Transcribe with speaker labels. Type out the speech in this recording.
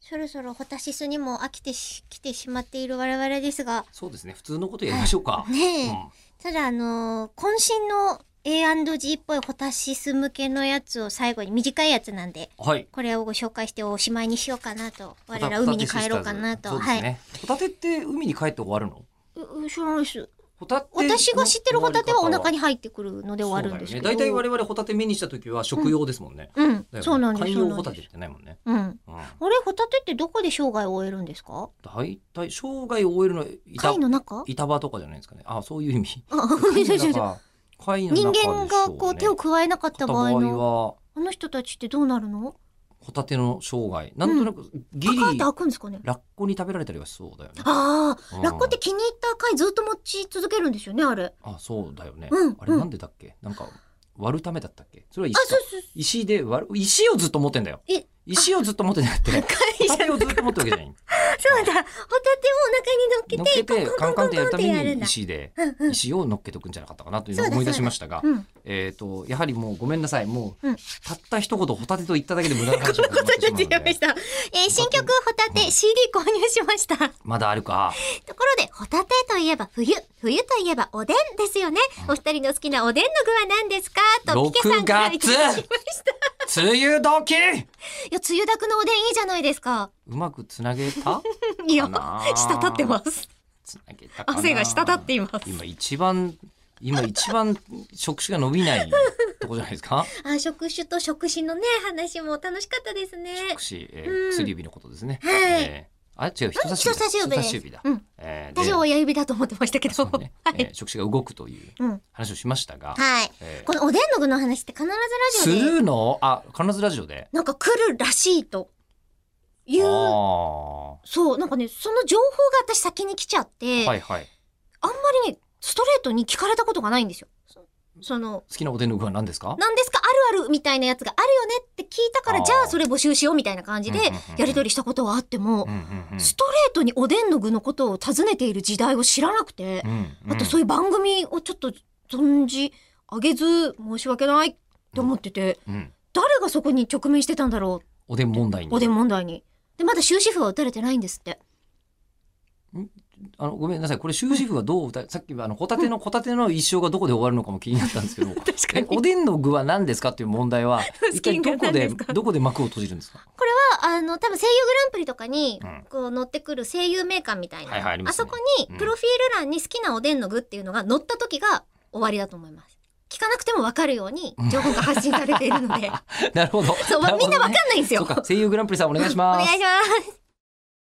Speaker 1: そろそろホタシスにも飽きてし来てしまっている我々ですが、
Speaker 2: そうですね。普通のことやりましょうか。
Speaker 1: ねえ、
Speaker 2: うん
Speaker 1: ただあのー渾身の A&G っぽいホタシス向けのやつを最後に短いやつなんで、
Speaker 2: はい。
Speaker 1: これをご紹介しておしまいにしようかなと。
Speaker 2: ま
Speaker 1: 我
Speaker 2: た
Speaker 1: ら海に帰ろうかなと。
Speaker 2: ホタテシスターズそうですね。ホタテって海に帰って終わるの？
Speaker 1: はい。うう知らないです。
Speaker 2: ホタテの
Speaker 1: 私が知ってるホタテはお腹に入ってくるので終
Speaker 2: 終わ
Speaker 1: わ
Speaker 2: り方
Speaker 1: るんですけど。
Speaker 2: そうだよね。大体我々ホタテ目にした時は食用ですもんね。
Speaker 1: うん、
Speaker 2: だよね
Speaker 1: そうなんです。
Speaker 2: 観葉ホ
Speaker 1: そ
Speaker 2: タ
Speaker 1: うなんで
Speaker 2: テっ
Speaker 1: す
Speaker 2: てないもんね。
Speaker 1: うん。
Speaker 2: うん。
Speaker 1: あれ、ホタテってどこで生涯を終えるんですか
Speaker 2: 大体生涯を終えるのは板
Speaker 1: 貝の中
Speaker 2: 板場とかじゃないですかね。あ、そういう 意味。
Speaker 1: あ
Speaker 2: 貝の
Speaker 1: 人
Speaker 2: 中貝の中でしょうね。
Speaker 1: 間がこう手を加えなかった場合
Speaker 2: 片
Speaker 1: の、
Speaker 2: は
Speaker 1: あの人たちってどうなるの
Speaker 2: ホタテの生涯。なんとなくギ
Speaker 1: パ
Speaker 2: リ
Speaker 1: カンって開くんですかね
Speaker 2: ラッコに食べられたりはしそうだよね。
Speaker 1: ああ、
Speaker 2: うん
Speaker 1: ラッコって気に入った貝ずっと持ち続けるんですよね、あれ。
Speaker 2: あ、そうだよね。
Speaker 1: うん
Speaker 2: あれ
Speaker 1: うん
Speaker 2: なんでだっけ、なんか割るためだったっけそれは
Speaker 1: あ、
Speaker 2: 石
Speaker 1: そ
Speaker 2: か
Speaker 1: うそう。
Speaker 2: 石で割る、石をずっと持ってんだよ。
Speaker 1: え
Speaker 2: 石をずっと持ってんじゃなくて、
Speaker 1: 貝じゃ
Speaker 2: ホタテをずっと持ってるわけじゃない。
Speaker 1: そうだ。ホタテをお腹に乗
Speaker 2: 乗
Speaker 1: っ
Speaker 2: っ
Speaker 1: け
Speaker 2: け
Speaker 1: て、
Speaker 2: て、カンカンってやるため
Speaker 1: やるん
Speaker 2: に
Speaker 1: だ
Speaker 2: 石で、
Speaker 1: うんうん
Speaker 2: 石を乗っけておくんじゃなかったかなという
Speaker 1: そ
Speaker 2: の
Speaker 1: う
Speaker 2: を
Speaker 1: だ
Speaker 2: 思い出しましたが、
Speaker 1: うん。
Speaker 2: えっ、と、やはりもうごめんなさい。もう、
Speaker 1: うん
Speaker 2: たった一言ホタテと言っただけで無駄な話を。
Speaker 1: こういうことになっちゃいましたた。えー新曲ホタ
Speaker 2: う
Speaker 1: テ CD 購入しました。とこ
Speaker 2: まだあるか。
Speaker 1: ろで、ホタテといえば冬、冬といえばおでんですよね。お二人の好きなおでんの具は何ですかと、ピケさんからいただきました。
Speaker 2: 梅雨時
Speaker 1: いや、梅雨だくのおでんいいじゃないですか。
Speaker 2: うまくつなげた
Speaker 1: いや
Speaker 2: かなー、
Speaker 1: 滴ってます。
Speaker 2: つなげたかな
Speaker 1: 汗が滴っています。
Speaker 2: 今一番今一番触手が伸びないとこじゃないで すか
Speaker 1: あ、職種と職種のね、話も楽しかったですね。
Speaker 2: 触手、え
Speaker 1: う
Speaker 2: ー、
Speaker 1: ん
Speaker 2: 薬指のことですね、
Speaker 1: はい
Speaker 2: えーあれ違う人差し
Speaker 1: 人
Speaker 2: 指だ
Speaker 1: 差し指
Speaker 2: 人
Speaker 1: で
Speaker 2: 差
Speaker 1: す
Speaker 2: し指だ、
Speaker 1: うん。
Speaker 2: えーで
Speaker 1: 私は親指だと思ってましたけど。
Speaker 2: そう
Speaker 1: は
Speaker 2: ねえ
Speaker 1: い
Speaker 2: ー。触手が動くという
Speaker 1: うん。
Speaker 2: 話をしましたが、
Speaker 1: はい。
Speaker 2: えー
Speaker 1: このおでんの具の話って必ずラ
Speaker 2: す
Speaker 1: ジオで
Speaker 2: るのあ必ずラジオで
Speaker 1: なんか来るらしいとい
Speaker 2: あ
Speaker 1: う、
Speaker 2: あ
Speaker 1: そう、なんかね、その情報が私先に来ちゃって、
Speaker 2: はいはい
Speaker 1: あんまりね、ストレートに聞かれたことがないんですよ。そその、
Speaker 2: 好きなおでんの具は何ですか
Speaker 1: 何ですかあるあるみたいなやつがあるよねって聞いたか
Speaker 2: あ
Speaker 1: ら、
Speaker 2: ー
Speaker 1: じゃあそれ募集しようみたいな感じで
Speaker 2: うんうんうんう、ん
Speaker 1: やりとりしたことはあっても
Speaker 2: う、んうんうん
Speaker 1: ストレートにおでんの具のことを尋ねている時代を知らなくて、
Speaker 2: うんうん
Speaker 1: あとそういう番組をちょっと存じ上げず、申し訳ないって思ってて、
Speaker 2: うん
Speaker 1: 誰がそこに直面してたんだろう
Speaker 2: おでん問題に
Speaker 1: おでん問題に。で、まだ終止符は打たれてないんですって。
Speaker 2: あのごめんなさいこれ終止符はどう歌さっきあのホタテのホタテの一生がどこで終わるのかも気になったんですけど
Speaker 1: 確
Speaker 2: えお
Speaker 1: こ
Speaker 2: でんの具は何ですかっていう問題 は一体どこ
Speaker 1: 好きな具は何
Speaker 2: で
Speaker 1: ですか
Speaker 2: どこで幕を閉じるんですか
Speaker 1: れは、あの、多分声優グランプリとかに
Speaker 2: うん、
Speaker 1: こう、載ってくる声優名鑑みたいな。
Speaker 2: はいはいありますね
Speaker 1: そこ
Speaker 2: う
Speaker 1: に、
Speaker 2: ん
Speaker 1: プロフィール欄に好きなおでんの具っていうのが載った時が終わりだと思います。聞かなくても分かるように、情報が発 信されているので。
Speaker 2: なるほど
Speaker 1: そう、わみんな分かん
Speaker 2: い
Speaker 1: ないんですよ。
Speaker 2: そうか
Speaker 1: お
Speaker 2: 声優グランプリさんお願いします
Speaker 1: 願いします。